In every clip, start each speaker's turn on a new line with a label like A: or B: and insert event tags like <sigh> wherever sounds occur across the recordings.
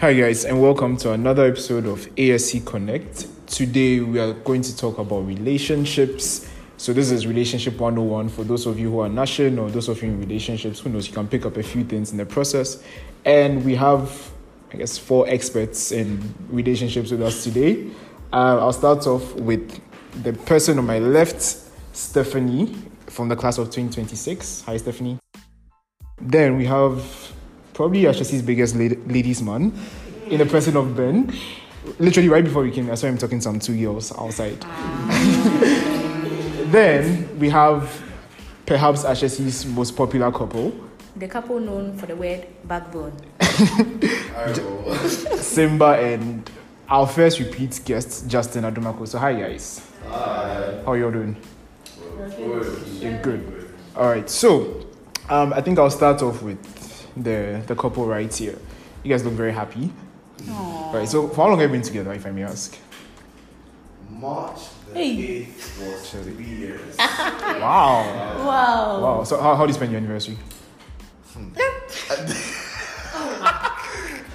A: Hi, guys, and welcome to another episode of ASC Connect. Today, we are going to talk about relationships. So, this is Relationship 101 for those of you who are national or those of you in relationships. Who knows, you can pick up a few things in the process. And we have, I guess, four experts in relationships with us today. Uh, I'll start off with the person on my left, Stephanie, from the class of 2026. Hi, Stephanie. Then we have probably Ashesi's biggest lad- ladies man in the person of Ben. Literally right before we came, I saw him talking to some two girls outside. <laughs> then we have perhaps Ashesi's most popular couple,
B: The couple known for the word backbone.
A: Simba and our first repeat guest, Justin Adumako. So hi guys. Hi. How y'all doing? You're good. All right. So, um, I think I'll start off with the the couple right here. You guys look very happy. All right. So, for how long have you been together, if I may ask?
C: March the
B: Hey.
C: 8th was three years.
A: Wow.
B: Wow.
A: Wow. So, how, how do you spend your anniversary?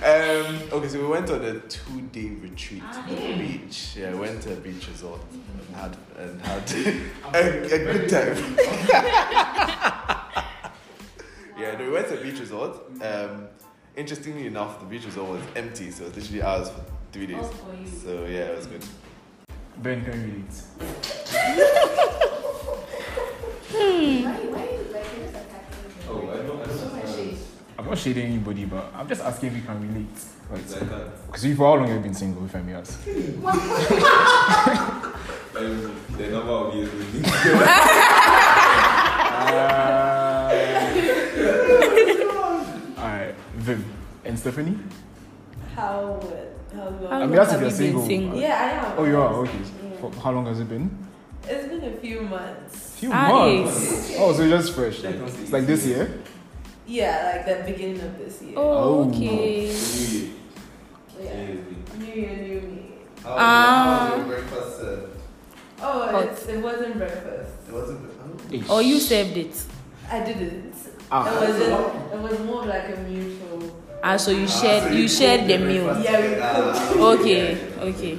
C: um, okay, so we went on a two day retreat to the beach. Yeah, went to a beach resort and had, and <laughs> had a, a good time. <laughs> yeah, no, we went to a beach resort. Um, interestingly enough, the beach resort was empty, so it was literally ours for three days. So yeah, it was good.
A: Ben can relate.
D: Oh, I don't
C: Um,
D: understand.
A: I'm not shading anybody, but I'm just asking if you can relate.
D: It's
A: Right.
D: like that.
A: Because for how long have you been single, if I may ask?
D: Like, the number of years we need.
A: Uh, All right, Viv and Stephanie.
E: How, how long?
B: How
A: I mean,
B: long
A: that's if
B: have
A: you're
B: you been
A: single.
B: single?
E: yeah, I am.
A: Um, Oh, you are okay.
E: Yeah.
A: For how long has it been?
E: It's been a few months.
A: Few
B: Ah,
A: months. Oh, so just fresh. Like,
D: Like,
A: it's like this year.
E: Yeah, like the beginning of this year.
A: Oh.
B: Oh, okay.
D: Seriously.
E: Yeah.
D: Seriously.
E: New year, new me.
D: How
B: Ah.
D: how was your breakfast? Uh,
E: Oh,
B: Hot.
E: it's, it wasn't breakfast.
D: it wasn't. oh.
B: Or you served it.
E: I didn't.
A: Ah.
E: It was just, it was more like a mutual.
B: Ah, so you
D: Ah,
B: shared
D: so
B: you shared
D: cooked
B: the
D: your
B: meal.
D: breakfast
E: Yeah, we
D: together.
B: Okay,
D: Yeah, yeah.
B: okay.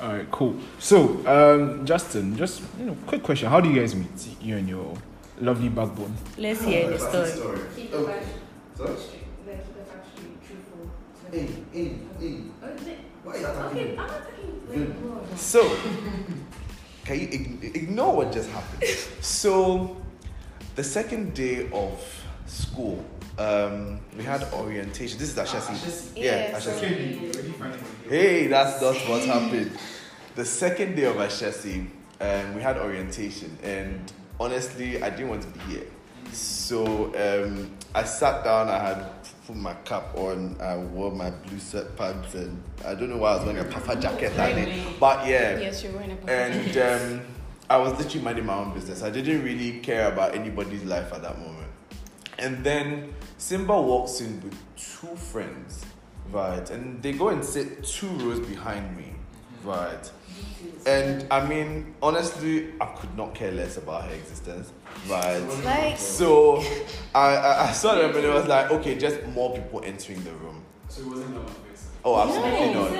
A: All right, cool. So, um, Justin, just you know, quick question: How do you guys meet? You and your lovely backbone.
B: Let's hear the
D: Breakfast
B: story.
E: Keep it
D: Okay.
E: back.
D: Sorry?
E: Like, it was actually truthful.
D: Hey, hey, hey. Why are you attacking me?
E: I'm not talking
D: like,
C: So, <laughs> can you ign- ignore what just happened? So, the second day of school, um, we had orientation. This is
D: Ah,
C: Ashesi. Yeah, Ashesi. Hey, that's not what happened. The second day of Ashesi, um, we had orientation, and honestly, I didn't want to be here. So um, I sat down, I had put my cap on, I wore my blue set pants, and I don't know why I was wearing a puffer jacket that day. But yeah,
F: Yes, you're wearing a puffer
C: and um, I was literally minding my own business. I didn't really care about anybody's life at that moment. And then Simba walks in with two friends, right? And they go and sit two rows behind me, right? And I mean, honestly, I could not care less about her existence, right?
F: Like,
C: So I, I, I saw them and it was like, okay, just more people entering the room. So it wasn't that Oh, absolutely not.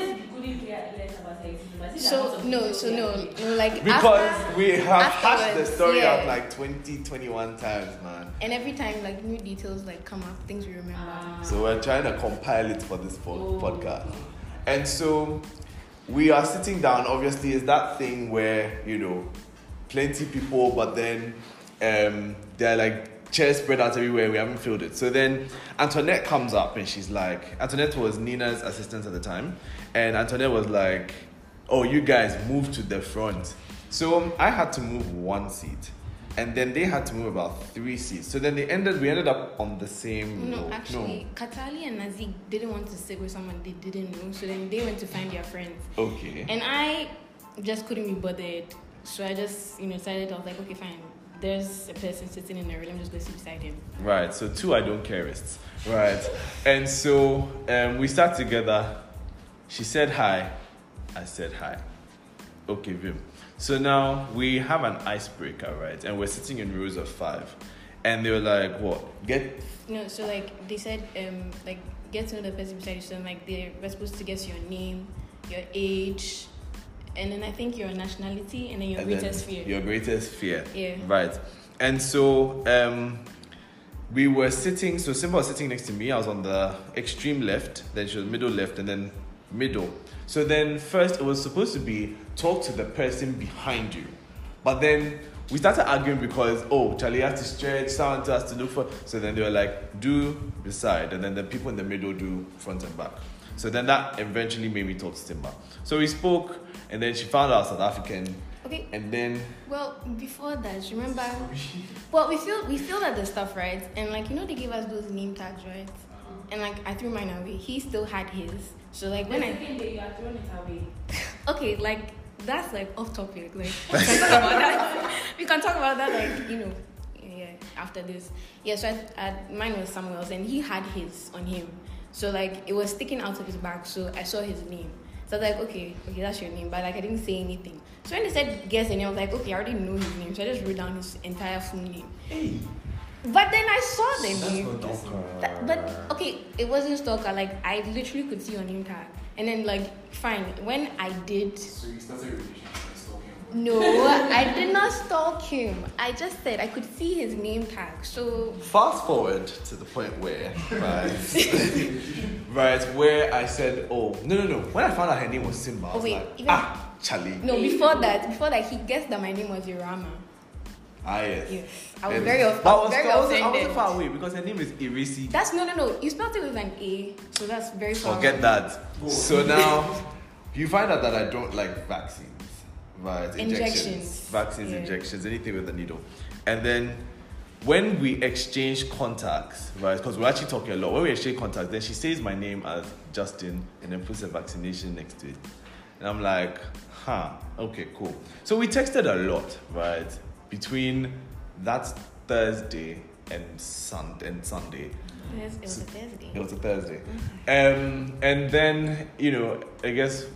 F: so no, so no, like after,
C: Because we have hashed the
F: afterwards,
C: story
F: yeah.
C: out like 20, 21 times, man.
F: and every time like new details like come up, things we remember.
C: So we're trying to compile it for this po- podcast. And so we are sitting down, obviously, is that thing where, you know, plenty people, but then um, they're like chairs spread out everywhere. We haven't filled it. So then Antoinette comes up and she's like, Antoinette was Nina's assistant at the time. And Antoinette was like, oh, you guys move to the front. So I had to move one seat. And then they had to move about three seats. So then they ended. We ended up on the same. row.
F: No, actually, Katali and Nazik didn't want to sit with someone they didn't know, so then they went to find their friends.
C: Okay.
F: And I just couldn't be bothered, so I just you know decided I was like, okay, fine. There's a person sitting in the room. I'm just going to sit beside him.
C: Right. So two I don't careists. Right. And so um, we sat together. She said hi. I said hi. Okay, Vim. So now we have an icebreaker, right? And we're sitting in rows of five. And they were like, what? Get
F: No, so like they said, um, like get to know the person beside you. So like they were supposed to guess your name, your age, and then I think your nationality and then your
C: And then
F: greatest fear.
C: Your greatest fear.
F: Yeah.
C: Right. And so um, we were sitting, so Simba was sitting next to me. I was on the extreme left, then she was middle left, and then middle. So then first it was supposed to be talk to the person behind you. But then we started arguing because, oh, Charlie has to stretch, someone has to look for. So then they were like, do beside. And then the people in the middle do front and back. So then that eventually made me talk to Simba. So we spoke, and then she found out South African.
F: Okay.
C: And then
F: Well, before that, remember? Well, we feel we filled out the stuff right, and like you know they gave us those name tags right,
C: Uh-huh.
F: and like I threw mine away. He still had his. So like when I
E: second day, you are throwing it away.
F: okay like that's like off topic like we can talk about that <laughs> we can talk about that like you know yeah after this yeah so I, I, mine was somewhere else and he had his on him so like it was sticking out of his back so I saw his name so I was like okay okay that's your name but like I didn't say anything so when they said guess and I was like okay I already know his name so I just wrote down his entire full name but then I saw the name that, but okay, it wasn't stalker. Like I literally could see your name tag, and then like fine. When I did,
D: So you started a relationship by stalking
F: no, I did not stalk him. I just said I could see his name tag. So
C: fast forward to the point where right, <laughs> right where I said, oh no no no. When I found out her name was Simba, I
F: Oh,
C: was
F: wait,
C: like,
F: even-
C: ah, Charlie.
F: no, before that, before that, he guessed that my name was Irama.
C: Ah yes.
F: Yes, I was
C: And-
F: very off.
C: But
F: I was very
C: I wasn't, I wasn't
F: offended.
C: far away because her name is Irisi.
F: That's no, no, no. You spelled it with an A, so that's very far.
C: Forget
F: away.
C: that. So now you find out that I don't like vaccines, right?
F: Injections.
C: vaccines,
F: Yeah.
C: injections, anything with a needle. And then when we exchange contacts, right? Because we're actually talking a lot. When we exchange contacts, then she says my name as Justin, and then puts a vaccination next to it. And I'm like, huh, okay, cool. So we texted a lot, right? Between that Thursday and Sun and Sunday.
F: Yes, It was a Thursday.
C: It was a Thursday. Um, and then, you know, I guess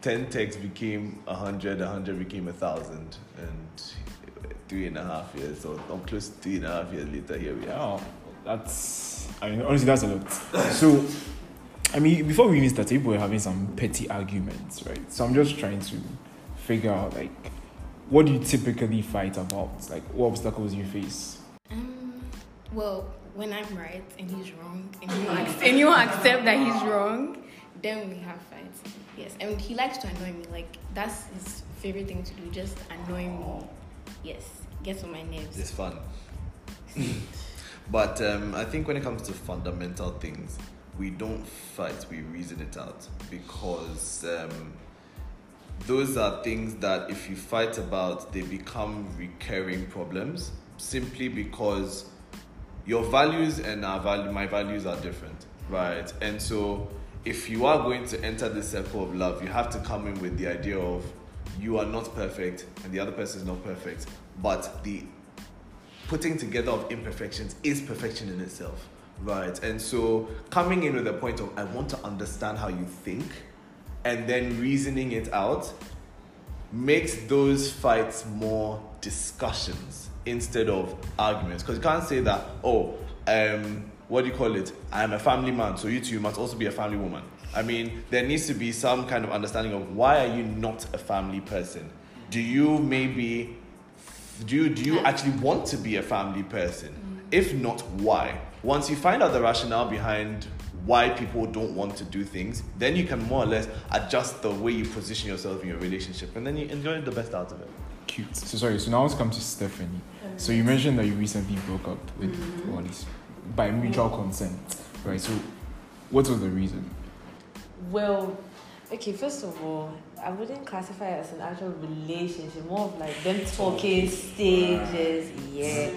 C: 10 texts became 100, 100 became 1,000. And three and a half years, or, or close to three and a half years later, here we are.
A: Oh, that's. I mean, honestly, that's a lot. So, I mean, before we even started, people were having some petty arguments, right? So I'm just trying to figure out, like, what do you typically fight about? Like, what obstacles you face?
F: Um, well, when I'm right and he's wrong, and you, ac- and you accept that he's wrong, then we have fights. Yes, and he likes to annoy me. Like that's his favorite thing to do. Just annoy me. Yes, gets on my nerves.
C: It's fun. but um, I think when it comes to fundamental things, we don't fight, we reason it out. Because um, those are things that if you fight about, they become recurring problems simply because your values and our value, my values are different, right? And so, if you are going to enter this circle of love, you have to come in with the idea of you are not perfect and the other person is not perfect, but the putting together of imperfections is perfection in itself, right? And so, coming in with a point of I want to understand how you think, and then reasoning it out makes those fights more discussions instead of arguments. Because you can't say that, oh, um, what do you call it? I'm a family man, so you two must also be a family woman. I mean, there needs to be some kind of understanding of why are you not a family person? Do you maybe do you, do you actually want to be a family person? If not, why? Once you find out the rationale behind why people don't want to do things, then you can more or less adjust the way you position yourself in your relationship and then you enjoy the best out of it.
A: Cute. So, sorry, so now let's come to Stephanie. So, you mentioned that you recently broke up with all these by mutual consent, right? So, what was the reason?
G: Well, okay, first of all, I wouldn't classify it as an actual relationship, more of like them talking stages, yeah.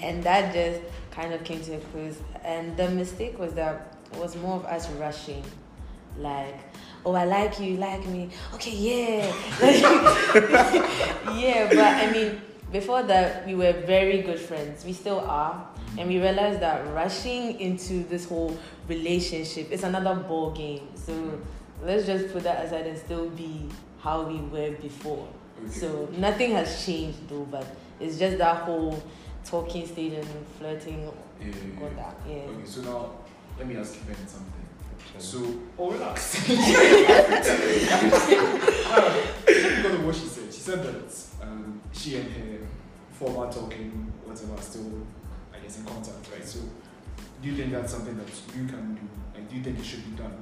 G: And that just kind of came to a close. And the mistake was that it was more of us rushing. Like, oh, I like you, you like me. Okay, yeah. <laughs> yeah, but I mean, before that, we were very good friends. We still are. And we realized that rushing into this whole relationship is another ball game. So let's just put that aside and still be how we were before. So nothing has changed though, but it's just that whole talking stage and flirting.
A: Yeah,
G: Got that, yeah.
A: so now let me ask Kevin something. So, oh, relax. <laughs> Uh, because of what she said, she said that um, she and her former talking, whatever, are still, I guess, in contact, right? So, do you think that's something that you can do? Like, do you think it should be done?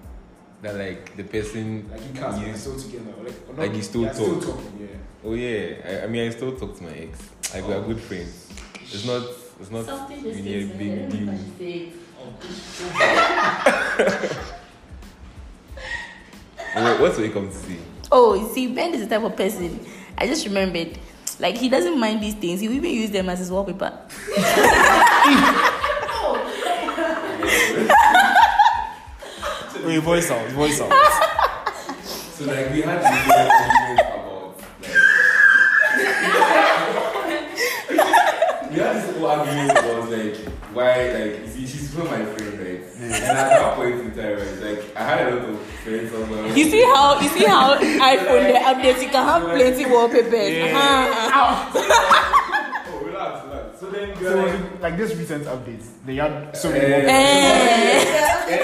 H: That like the person.
A: Like, you can't,
H: Yeah.
A: are still together. Or like, or
H: Like, you still
A: they're still
H: talk.
A: talking, yeah.
H: Oh yeah. I, I mean, I still talk to my ex. Like we are good friends. It's not. It's not
E: Something just
H: really a
E: came to my
H: big
E: head. I don't know
H: deal. Wha-
E: if I should say it.
H: What will you come to see?
B: Oh, you see, Ben is the type of person. I just remembered. Like he doesn't mind these things. He will even use them as his wallpaper.
A: Wait, voice out, voice out.
H: So like we had this argument about like we had this whole argument about like why like you see she's still my friend right and at that point in time right like I had a lot of friends on my
B: You see how you see how <laughs> iPhone they updates. You can have plenty wallpapers. Uh-huh.
H: oh relax relax so then we are like
A: So, like this recent updates, they had so
H: Eh,
A: many.
G: <laughs>
B: Eh.
H: eh, eh, eh,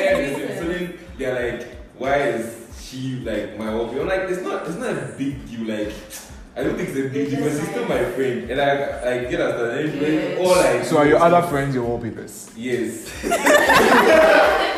H: so then they're like why is she like my wallpaper I'm like it's not it's not a big deal like I don't think it's a big deal because she's still my friend and I I get as an all like
A: So, are your other friends your wallpapers?
H: Yes.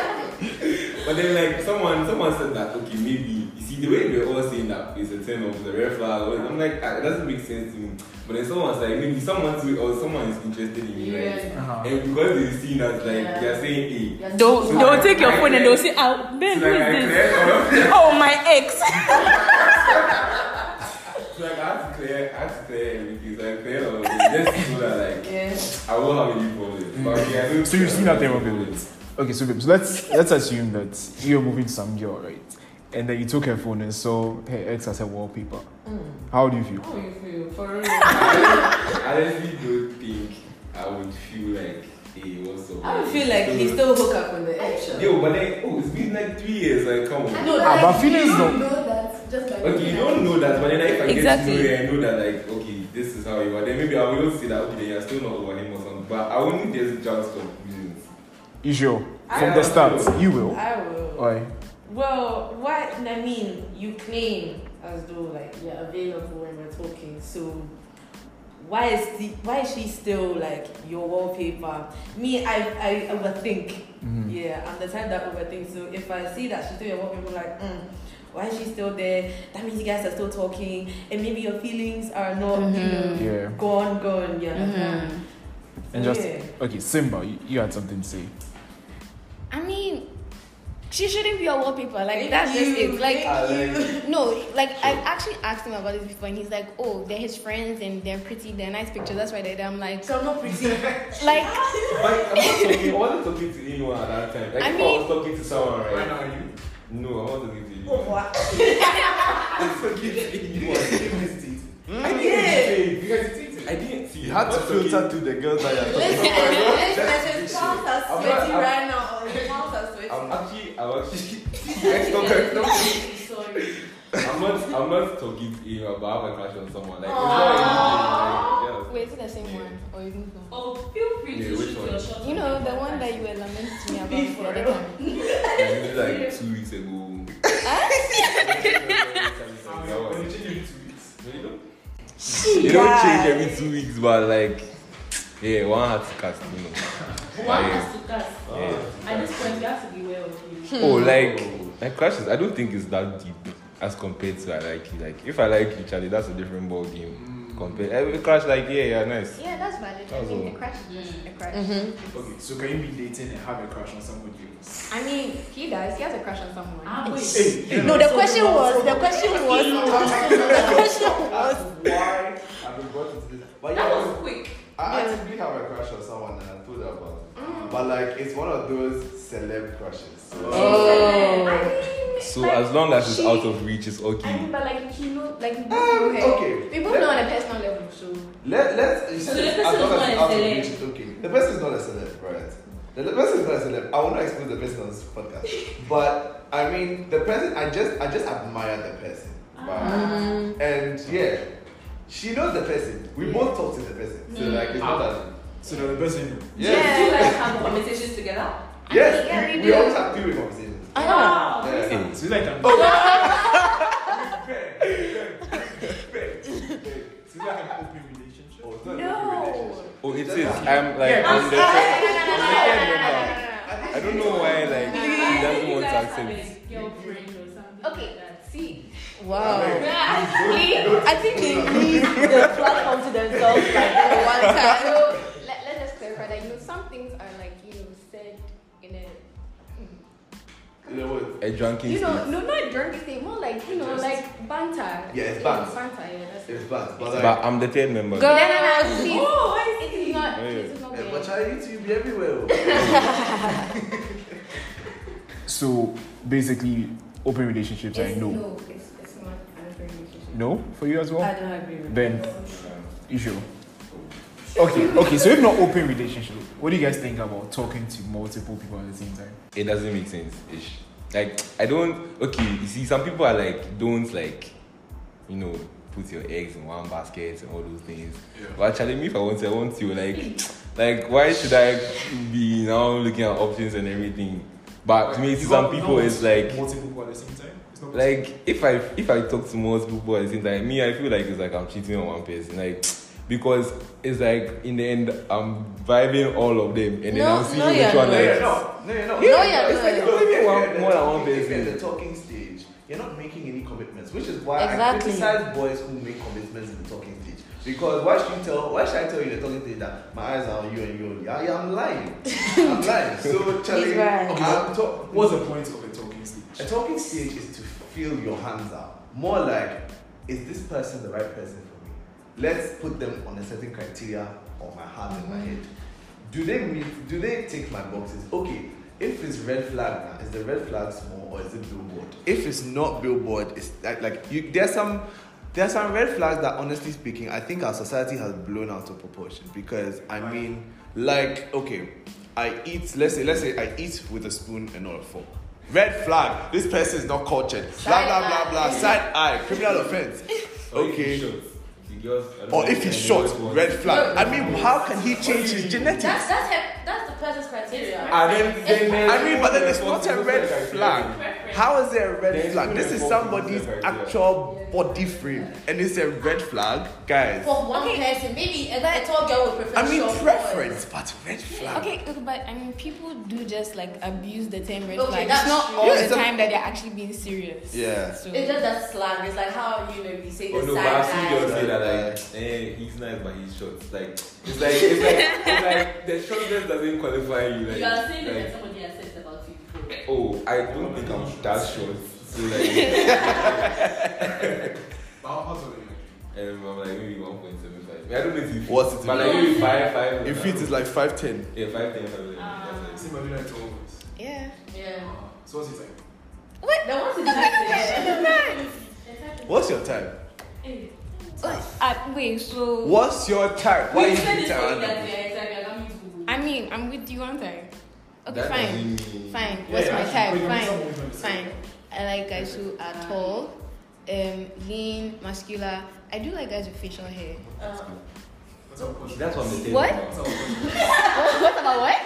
H: <laughs> but then like someone someone said that okay maybe you see the way we're all saying that is a turn off the red flag or- I'm like ah, it doesn't make sense to me. But then someone's like maybe someone to or someone is interested in me, right?
A: Uh-huh.
H: And because they've seen us like they're saying hey.
B: Don't don't take your phone and they'll say, "Ah, Ben,
H: So
B: who
H: like, I
B: is this?
H: cleared off.
B: Oh, my ex."
H: So like I had to clear I had to clear everything. So I cleared all of it. Just so that like I won't have any problems. But okay, I don't
A: So you've seen that
H: there
A: there were bullets. Okay, so babes, let's let's assume that you're moving to some girl, right? And then you took her phone and saw her ex as her wallpaper. How do you feel?
G: Hmm. How you feel? For real? <laughs>
H: I honestly don't think I would feel like he was so
G: I would feel like he still hook up with the ex.
H: Yo, but like, oh, it's been like three years, like, come on.
E: No,
A: Ah,
E: like,
A: but feelings
E: you
A: don't-
E: don't know that. Just like
H: Okay, you don't know that, but then if I
B: Exactly.
H: get to know you, I know that, like, okay, this is how you are. Then maybe I will say that, okay, then you're still not over him or something. But I wouldn't just jump to conclusions.
A: You sure? From
G: I
A: the
H: will.
A: start, you will.
G: I will.
H: Oh,
A: Why?
G: Well, what I mean, you claim as though like you're available when we're talking, so why is the, why is she still like your wallpaper? Me, I I overthink.
A: Mhm.
G: Yeah, I'm the type that overthinks. So if I see that she's still your wallpaper, like, mm, why is she still there? That means you guys are still talking, and maybe your feelings are not you know,
A: Yeah.
G: gone, gone. You understand?
B: Mhm.
A: And just <laughs>
G: Yeah.
A: okay, Simba, you, you had something to say.
F: I mean, she shouldn't be a wallpaper. Like
G: Thank
F: that's just
G: you,
F: it. Like
G: thank you.
F: no, like I actually asked him about this before, and he's like, "Oh, they're his friends, and they're pretty. They're nice pictures. That's why they're there." I'm like,
G: So I'm not
A: <laughs>
G: pretty.
F: like
H: But I'm not talking, I wasn't talking to anyone at that time. Like,
F: I
H: if I
F: mean-
H: was talking to someone,
A: Right now,
H: right?
A: are you?
H: No, I wasn't talking to
G: Oh,
H: anyone.
G: what?
H: I'm talking to anyone. I didn't
G: Yeah.
H: date. You guys dated. I didn't see.
C: You had
H: I'm
C: to
H: not talking-
C: filter to the girls that you're talking
G: Listen,
C: about.
G: listen, listen, palms are
H: I'm not-
G: sweaty
H: I'm-
G: right now. Palms are sweaty.
H: I'm actually, I'm actually, <laughs> I'm not,
G: Sorry.
H: I'm not, I'm not talking to you, but I have a crush on someone. Like, it's
G: Aww.
H: not even, like,
F: wait, is it the same one or is it not?
E: Oh, feel free
H: Yeah,
E: to
H: which
E: shoot
H: one?
E: your shot.
F: You know the one that you were lamenting to me about
G: Be
F: the
G: for
F: other
G: real.
F: time.
H: yeah. It was like two weeks ago. <laughs>
A: When
H: That
A: you
H: was-
A: change it to weeks.
H: You don't-
G: She
H: you don't change every two weeks, but like, yeah, one had to cast, you know.
E: One
H: Yeah.
E: has to cast. At this point, you have to be aware of you.
H: Oh, like, like crushes. I don't think it's that deep as compared to I like you. Like, if I like you, Charlie, that's a different ball game. Compared, every crush, like, yeah, yeah, nice.
F: Yeah, that's valid.
H: That was mean, all. a
F: crush is just a crush.
A: Okay, so can you be dating and have a crush on somebody else?
F: I mean, he does. He has a crush on someone.
E: Ah, wait.
A: Hey, you
B: No, the question was the question was the question.
C: That's why I've been brought into this. But
E: That
C: yeah,
E: was quick.
C: I actually have a crush on someone and I told her about it. But like, it's one of those celeb crushes. So
E: Oh.
H: So as long as it's out of reach, it's
F: I mean,
H: okay.
F: but like you know, like we both
C: Um,
F: know her.
C: okay.
F: We both know on a personal level, so
C: Let let's. You
E: So the
C: said
E: person
C: as long
E: is
C: as it's
E: not
C: out
E: a
C: of
E: celeb.
C: reach, it's okay. The person is not a celeb, right? The the person is not a celeb. I will not expose the person on this podcast. but I mean, the person. I just I just admire the person.
E: Mm.
C: Right? And yeah, she knows the person. We both talk to the person. So like, it's not that.
A: So that the person
C: Yeah.
E: Do you guys have conversations together?
C: Yes.
F: yeah,
C: we,
F: we
C: we
F: do.
C: always have three-way conversations. Oh,
E: Wow.
C: Yeah.
A: So like I'm so like an open relationship.
C: Oh,
E: No.
H: Oh, it is. I'm like on the third I don't know why like he doesn't want to accept it.
E: Girlfriend or something.
F: Okay,
E: like that.
F: see.
G: Wow.
F: Yeah,
G: I think they leave the platform to themselves like for one time.
F: so let, let's just clarify that you know some things are like you know said in a
H: A drunken
F: you know
H: state.
F: no not drunk state more like you know like banter.
C: Yeah, it's
F: banter.
C: banter.
F: Banter, yeah, that's it.
C: It's bad, but like,
H: But I'm the third member.
F: No, no, no, please.
E: Oh, I
F: It is not. It is not.
C: eh,
F: weird.
C: but Charlie, you two be everywhere. oh.
A: So basically open relationships I
F: It's-
A: know.
F: No, it's, it's not an open relationship.
A: No? For you as well?
G: I don't agree with
A: Then issue. Okay, okay, so if not open relationship, what do you guys think about talking to multiple people at the same time?
H: It doesn't make sense. Ish. Like I don't. Okay, you see, some people are like don't like, you know, put your eggs in one basket and all those things. But actually, me if I want to, I want to. Like, like why should I be now looking at options and everything? But to me, to
A: You
H: some
A: got
H: people, it's like
A: multiple people at the same time. It's not
H: like if I if I talk to multiple people at the same time, me I feel like it's like I'm cheating on one person, like because it's like in the end I'm vibing all of them, and then
G: No,
H: I'm seeing
G: no,
H: which
G: you're
H: one
C: No,
H: like.
C: you're not. No, you're not.
G: No, you're
H: it's like
G: not.
H: I'm vibing
C: You're
H: one,
C: at the
H: more than
C: talking-
H: one
C: you're at the
H: person.
C: talking stage, you're not making any commitments, which is why I
G: Exactly.
C: criticize boys who make commitments in the talking stage. Because why should you tell? Why should I tell you in the talking stage that my eyes are on you and you only? I, I'm lying.
G: <laughs>
C: I'm lying. So Charlie,
G: He's right.
C: okay, I'm talk-
A: what's the point of a talking stage?
C: a talking stage is to feel your hands out. More like, is this person the right person for me? Let's put them on a certain criteria on my heart and my head. Do they meet, do they tick my boxes? Okay, if it's red flag, now, is the red flag small or is it billboard? If it's not billboard, it's like, like you, there's some there are some red flags that honestly speaking I think our society has blown out of proportion because I mean like okay I eat let's say let's say I eat with a spoon and not a fork. Red flag. This person is not cultured. Blah blah blah blah. Side eye. Criminal offense. Okay. Or if he's short, red flag. I mean, how can he change his genetics?
F: That's that's her, that's the person's criteria.
H: And then, then there's-
C: I mean, but then it's not a red
H: "Oh,
C: flag.
E: Preference.
C: How is it a
H: There
C: red
H: is
C: flag?
H: no
C: This is
H: red
C: somebody's
H: flag.
C: actual body frame, and it's a red flag, guys.
B: For one person, maybe a, a tall girl would prefer.
C: I mean,
B: short
C: preference, but red flag.
F: Okay, okay, but I mean, people do just like abuse the term red
B: Okay,
F: flag.
B: that's
F: It's not
B: true.
F: all
C: Yeah,
F: the
C: it's a-
F: time that they're actually being serious.
C: Yeah.
F: So
B: boys. It's just that slang. It's like how you know you say
H: Oh
B: the
H: no, but I've seen
B: side
H: girls say that like, eh, he's nice but he's short. Like it's like it's like, it's like the shortness doesn't qualify you. Like,
E: You are saying that
H: like,
E: somebody has said about you before.
H: oh, I don't think I'm that short. So
C: <laughs>
H: like, um, I'm like maybe 1.75. I don't know if it's
C: What's it
H: but like maybe five five.
C: If it is like 5'10.
H: yeah, five ten, five eleven. That's it.
F: yeah.
H: Uh,
B: Yeah.
A: So what's it like?
B: The ones in the
C: What's your type?
F: Uh, wait, so
C: What's your type? Why
E: We
C: you
E: said
C: hate
E: this for you that
C: her?
E: we are exactly coming to.
F: I mean, I'm with you, aren't I? Okay,
H: That
F: fine,
H: doesn't mean-
F: fine. What's my type?
A: actually,
F: Fine,
A: someone was
F: fine. I like guys who are tall, um, lean, muscular. I do like guys with facial hair.
H: That's what I'm saying.
F: What?
H: now.
F: what about what?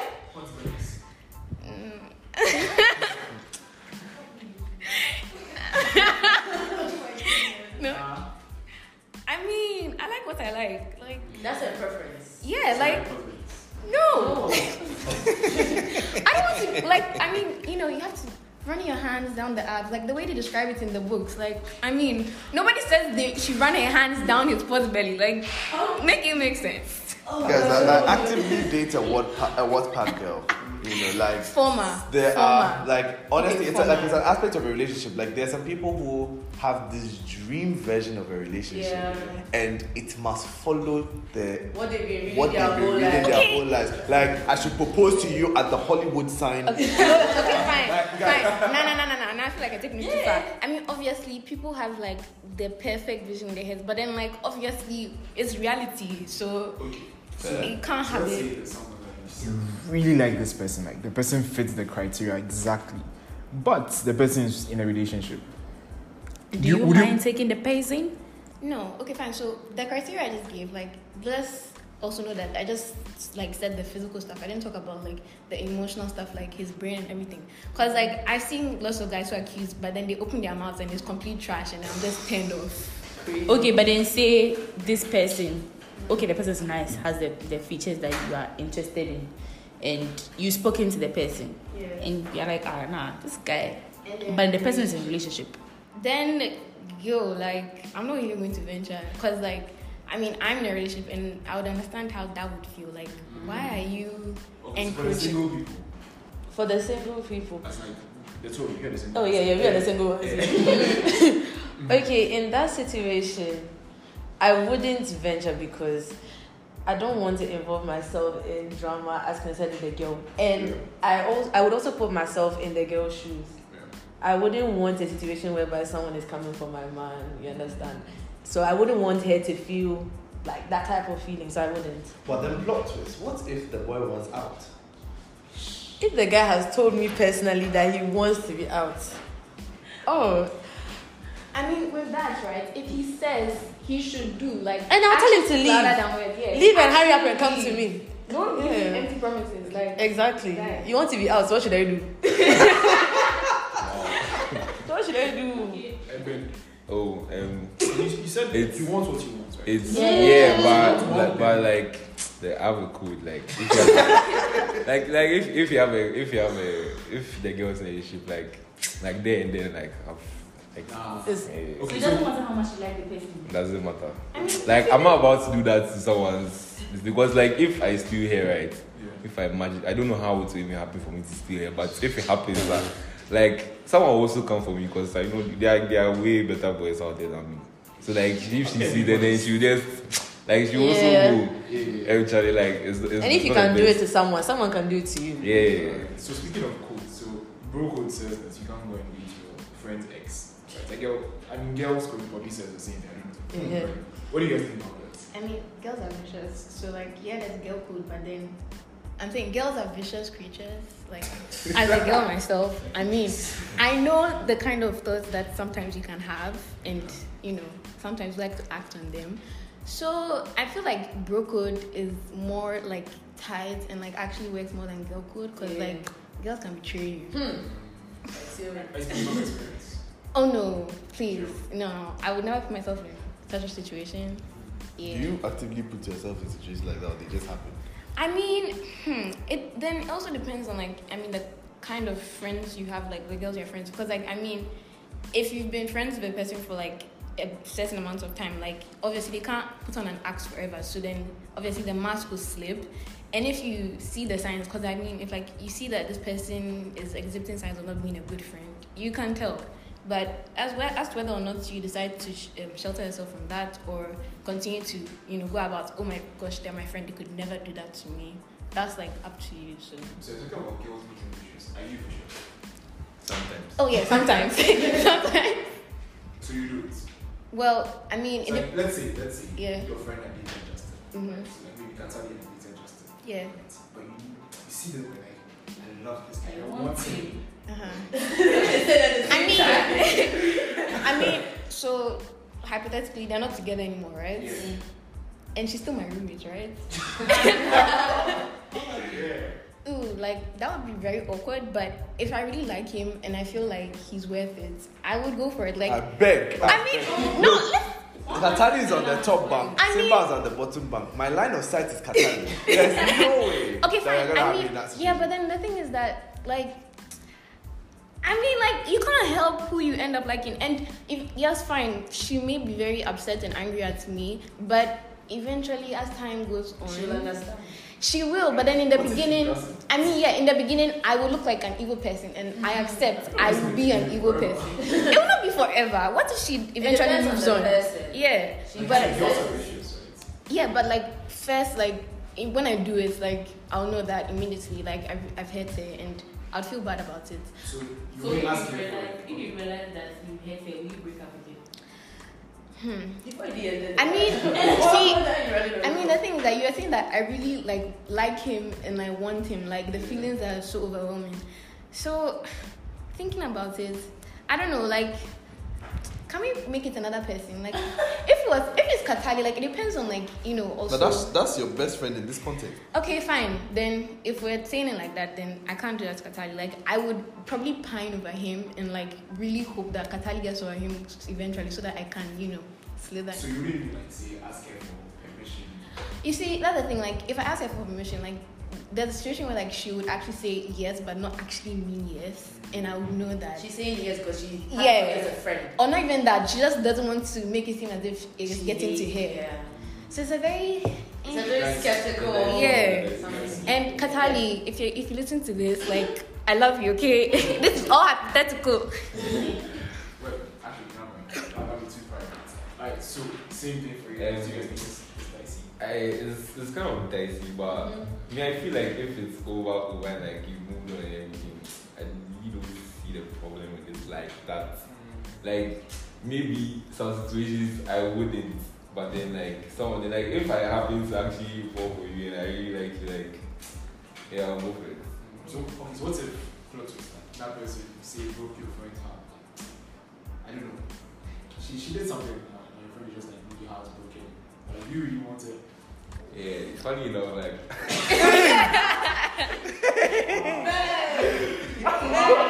F: no.
C: Uh-huh.
F: I mean, I like what I like. Like,
B: That's a preference.
F: yeah, like, no. I don't want to, like, I mean, you know, you have to run your hands down the abs. Like, the way they describe it in the books. Like, I mean, nobody says they, she ran her hands down his pot belly. Like, make it make sense.
C: Guys, I, like actively date a Wattpad, a Wattpad girl. You know, like.
F: Former.
C: There are
F: former.
C: like honestly,
F: Okay,
C: it's a, like
F: formal.
C: it's an aspect of a relationship. Like there are some people who have this dream version of a relationship,
B: Yeah.
C: and it must follow the
B: What they've been reading
C: what
B: their
C: they've been
B: whole
C: reading
B: life.
C: their whole lives. Like I should propose to you at the Hollywood sign.
F: Okay, <laughs> okay, fine,
C: Like, guys-
F: fine. No, no, no, no, no. Now I feel like I take me too far. I mean, obviously, people have like the perfect vision in their heads, but then like obviously, it's reality, so you can't have it.
A: really like this person, like the person fits the criteria exactly, but the person is in a relationship.
B: Do
A: You-
B: you,
A: would you-
B: mind taking the pacing?
F: No, okay, fine. So the criteria I just gave, like, let's also know that I just like said the physical stuff. I didn't talk about like the emotional stuff, like his brain and everything. Cause like I've seen lots of guys who are cute, but then they open their mouths and it's complete trash, and I'm just turned off.
B: Okay, but then say this person, okay, the person's nice, has the, the features that you are interested in, and you spoken to the person,
E: Yeah.
B: and you're like, ah, nah, this guy. But the person is in a relationship.
F: Then yo, like I'm not even going to venture, cause like I mean I'm in a relationship, and I would understand how that would feel. Like why are you
H: And for the
F: encroaching?
H: single people,
G: For the single people.
H: as like the two of you, you the single
G: Oh yeah, yeah, we are the single ones. <laughs> okay, in that situation, I wouldn't venture because I don't want to involve myself in drama as concerning the girl, and
H: Yeah.
G: I also I would also put myself in the girl's shoes. I wouldn't want a situation whereby someone is coming for my man. You understand? So I wouldn't want her to feel like that type of feeling. So I wouldn't.
C: But then plot twist. What if the boy was out?
G: If the guy has told me personally that he wants to be out, oh,
F: I mean, with that, right? If he says he should do, like,
G: And I'll tell him to
F: actions
G: leave.
F: Rather than words, yeah.
G: leave and hurry up and come
F: Actually
G: to
F: leave.
G: me.
F: Don't give him
G: Yeah.
F: empty promises. Like,
G: Exactly.
F: Right.
G: You want to be out, so what should I do? what should I do?
H: Oh, um,
I: You, you said
H: It's-
I: you want what you want, right?
H: it's
G: Yeah.
H: yeah, but, but but like the have a code like if you have a- <laughs> like like if, if you have a if you have a if the girl's in a relationship like like there and then like have like
I: Nah.
G: It's-
H: eh,
I: Okay,
E: it
I: so
E: doesn't matter how much you like the person.
H: doesn't matter.
F: I mean,
H: Like I'm not about to do that to someone's it's because like if I still here right,
I: yeah.
H: if I imagine I don't know how it will even happen for me to still here, but if it happens like, like someone will also come for me because I know there are, there are way better boys out there than me. So like if she see them then she will just like she will
G: Yeah.
H: also go.
I: Yeah, yeah.
H: Actually, like, it's, it's
G: And if you
H: not
G: can
H: the
G: do it
H: best.
G: to someone, someone can do it to you.
H: yeah, yeah, yeah.
I: So speaking of code, so bro code says that you can't go and meet your friend's ex. Right? Like girl, I mean, girls code probably says the same. thing, I don't know. Hmm,
G: Yeah.
I: Right? What do you guys think about that?
F: I mean, girls are vicious. So, like, yeah, there's girl code, but then I'm saying girls are vicious creatures. Like, <laughs> as a girl myself, I mean, I know the kind of thoughts that sometimes you can have, and you know, sometimes you like to act on them. So I feel like bro code is more like tight and like actually works more than girl code because
G: Yeah.
F: like girls can betray you.
I: I speak from experience.
F: Oh no, please, no, I would never put myself in such a situation. Yeah.
C: Do you actively put yourself in situations like that or they just happen?
F: I mean, hmm, it then it also depends on like I mean the kind of friends you have, like the girls you're friends. Because like I mean, if you've been friends with a person for like a certain amount of time, like obviously they can't put on an act forever. So then obviously the mask will slip. And if you see the signs, because I mean, if like you see that this person is exhibiting signs of not being a good friend, you can tell. But as well as to whether or not you decide to sh- um, shelter yourself from that or continue to you know go about oh my gosh they're my friend they could never do that to me that's like up to you so
I: So you're talking about girls meeting issues. Are you vicious?
H: Sometimes.
F: oh yeah sometimes <laughs> sometimes
I: So you do it. So
F: well i mean it dep-
I: like, let's say, let's say
F: Yeah.
I: your friend had dated Justin.
F: Mhm.
I: So like maybe Natalie had dated Justin.
F: yeah
I: But you, you see them and like, I love this guy.
E: I
I: I
E: want
I: want him.
F: <laughs> uh-huh i mean i mean so hypothetically they're not together anymore right
I: Yeah.
F: and she's still my roommate right
I: Yeah.
F: Ooh, like that would be very awkward. But if I really like him and I feel like he's worth it, I would go for it. Like,
C: I beg.
F: I mean, no, let's
C: Katani is on the top bank,
F: I mean-
C: Simba is on the bottom bank. My line of sight is
F: <laughs>
C: Katani. There's no way.
F: Okay,
C: that we're
F: fine.
C: gonna
F: I
C: have
F: mean,
C: in that
F: yeah, but
C: situation.
F: then the thing is that, like, I mean, like, you can't help who you end up liking. And if, yes, fine, she may be very upset and angry at me, but eventually, as time goes on,
E: She'll understand.
F: She will, but then in the
I: What if she
F: beginning,
I: doesn't?
F: I mean, yeah, in the beginning, I will look like an evil person, and I accept I will be an evil person. it will not be forever. What if she eventually
E: depends on
F: moves
E: the
F: on?
E: person.
F: Yeah,
E: She
F: but
E: can
I: Girls are vicious, right?
F: yeah, but like first, like i- when I do it, like I'll know that immediately. Like I've I've hurt her, and I'll feel bad about it.
I: So you
E: So if
I: only
E: you
I: ask
E: realize,
I: her
E: if
I: for it.
E: you realize that you hate her, will you break up with her?
D: Before the end of the
F: I
G: <laughs>
F: mean, see,
D: I
F: Hmm. I mean the thing is that you're saying that I really like like him and I want him. Like the feelings are so overwhelming. So thinking about it, I don't know. Like Can we make it another person? Like, if it was, if it's Katali, like it depends on like you know also.
C: But that's that's your best friend in this context.
F: Okay, fine. Then if we're saying it like that, then I can't do that to Katali. Like I would probably pine over him and like really hope that Katali gets over him eventually, so that I can you know slither.
I: So you really like say ask her for permission.
F: You see, that's the thing. Like, if I ask her for permission, like, there's a situation where like she would actually say yes, but not actually mean yes, and I would know that.
B: She's saying yes because she has
F: Yeah.
B: yeah. as a friend.
F: or not even that. She just doesn't want to make it seem as if it's getting to her.
B: Yeah.
I: Mm,
F: So it's a very.
B: It's a very skeptical.
F: Mm. Yeah.
B: Something.
F: And Katali, if you if you listen to this, like I love you, okay? <laughs> this is all hypothetical.
I: Well, actually, never mind. That would be too far. Alright, so same thing for you.
H: Um,
I: So you guys think it's, it's dicey.
H: I, it's, it's kind of dicey, but
G: Mm.
H: me, I feel like if it's over, over, and, like you moved on and everything, I really don't see the problem with it like that. Like, maybe some situations I wouldn't, but then, like, some of them, like, if I happen to actually fall for you and I really like you, like, yeah, I'll go for it.
I: So, okay, so what's a plot twist? Like, that person say broke your friend's heart. Like, I don't know. She she did something uh, and your friend is just like, "Look, your heart's broken. But like, you really wanted.
H: Yeah, funny enough, like,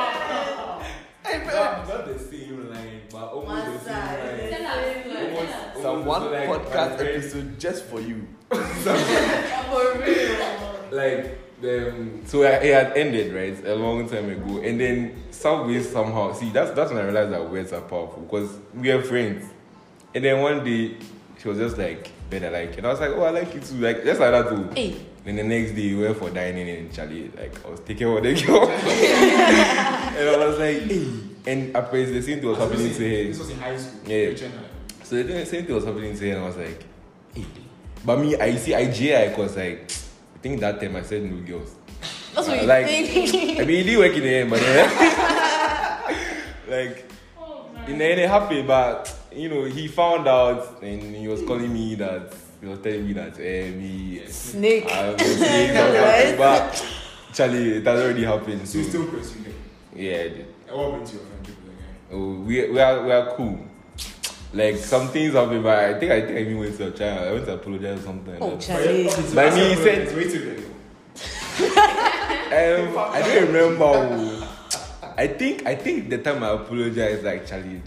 H: <laughs> not, not the same line, but almost the
G: <laughs>
H: same line.
E: Tell us, tell us.
H: Almost- almost
C: Some one
H: like my
C: podcast
H: friend-
C: episode just for you.
H: like um, so it it had ended right a long time ago and then some way somehow see that's that's when i realized that words are powerful because we are friends and then one day she was just like better like you," and i was like oh i like you too like just like that too
F: Hey.
H: then the next day we went for dining and Charlie like I was taking over the girl and I was like hey and apparently the same thing was
I: So this
H: happening
I: is-
H: to her
I: This was in high school.
H: Yeah.
I: Which I know.
H: so the thing- same thing was happening to her, and I was like, hey. But me, I see IGI because like, I think that time I said no girls.
F: That's what you
H: like, <laughs>
F: think.
H: I mean, it didn't work in the end, but then, <laughs> like, in the end it happened. But you know, he found out, and he was calling me that he was telling me that eh, me.
G: Snake.
H: I'm saying something, but Charlie, it has already happened.
I: So you
H: So
I: still pursue her.
H: yeah, I did.
I: And what happened to your friendship with the guy?
H: Oh, we we are we are cool. Like some things happen, but I think I think I even went to a child. I went to apologize or something.
G: Oh,
H: like,
G: Charlie.
H: But I mean, he said-
I: Wait till then.
H: um, I don't remember. oh. I think I think the time I apologized, like Charlie,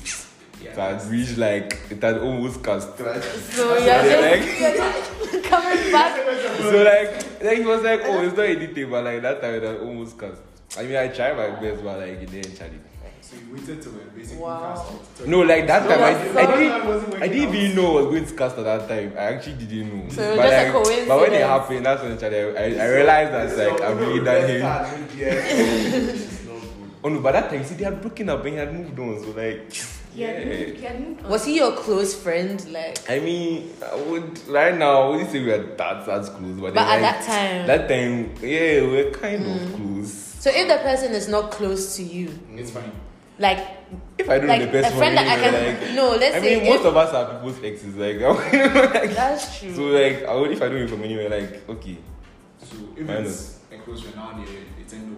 H: it had reached like it had almost cast.
C: <laughs>
G: So you're
H: Yeah,
G: just, you're just coming back.
H: So like like he was like, oh, it's not anything, but like that time it had almost cast. I mean, I tried my best, but like it didn't, Charlie.
I: So you waited till we're basically
G: Wow.
I: cast out. So
H: No, like that
I: So
H: time
I: that's-
H: I, I
I: that
H: didn't.
I: wasn't working
H: I didn't
I: out.
H: even know I was going to cast at that time. I actually didn't know.
G: So it was just a
H: like, But when it
G: coincidence.
H: happened, that's when actually I, I, I realized that like I've really done him.
C: <laughs>
H: Oh no, but that time, see, they had broken up and he had moved on. So like, yeah.
G: Was he your close friend? Like,
H: I mean, I would right now. I wouldn't say we are that as close, but,
G: but
H: then,
G: at that
H: like,
G: time. Mm.
H: that time, yeah, we are kind of close.
G: so if the person is not close to you,
I: It's fine.
G: like,
H: If I don't
G: like
H: know the best
G: a friend
H: one,
G: that I
H: you know,
G: can,
H: like,
G: no, let's
H: I
G: say
H: mean, most
G: if-
H: of us are people's exes. Like, <laughs>
G: that's true.
H: so like, I would if I don't know from anywhere, like, okay.
I: So if
H: Mine
I: it's a close friend now, yeah, it's a no.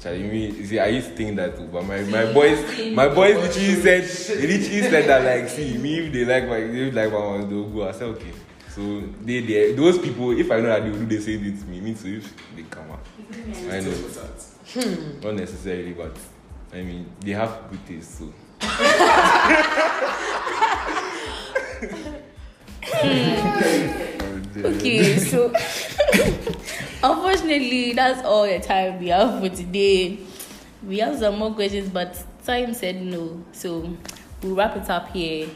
H: Charlie, me, you see, I used to think that too, but my, my boys, my boys literally said, they literally said that like, see, me if they like my, they like my ones, they'll go. I said okay. So they, they, those people, if I know that they will do the same thing to me, me too. If they come out, I know,
I: What's that?
H: not necessarily, but I mean, they have good taste, so
B: Okay, so <laughs> unfortunately, that's all the time we have for today. We have some more questions, but time said no, so we'll wrap it up here.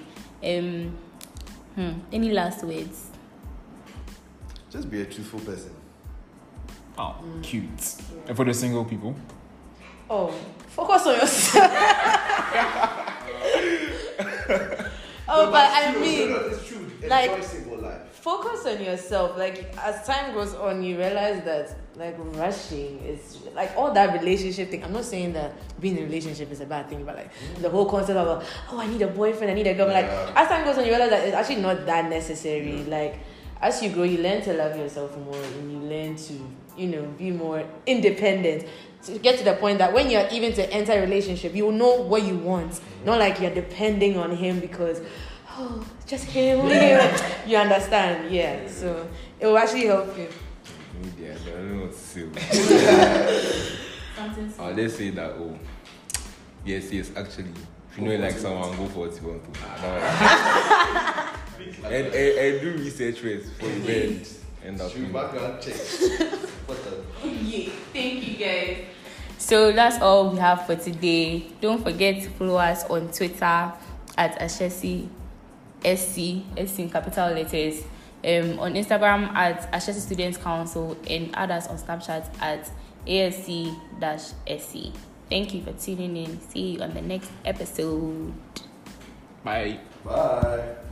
B: Um, hmm, any last words?
C: Just be a truthful person.
A: Oh, cute. And for the single people,
G: Oh, focus on
H: <laughs>
G: yourself. oh, but I mean,
C: it's true.
G: like-
C: Enjoy single life.
G: focus on yourself. Like as time goes on, you realize that like rushing is like all that relationship thing. I'm not saying that being in a relationship is a bad thing, but like the whole concept of oh, I need a boyfriend, I need a girl. Like
C: Yeah.
G: as time goes on, you realize that it's actually not that necessary. Like as you grow, you learn to love yourself more and you learn to, you know, be more independent. To get to the point that when you're even to enter a relationship, you will know what you want. Not like you're depending on him because, oh, just him, only him. <laughs> You understand? Yeah. So it will actually help you.
H: Media, I don't know what to say. oh.
J: Something
H: I'll just say that, oh, yes, yes, actually. If you know you like someone, go for what you want to. Nah, don't worry. and, and, and do research first before you bend. End up.
C: Should background check. <laughs> What the?
J: Yeah. Thank you guys.
F: So that's all we have for today. Don't forget to follow us on Twitter at Ashesi SC, SC in capital letters. Um, on Instagram at Ashesi Students Council and others on Snapchat at ASC SC. Thank you for tuning in. See you on the next episode.
H: Bye.
C: Bye.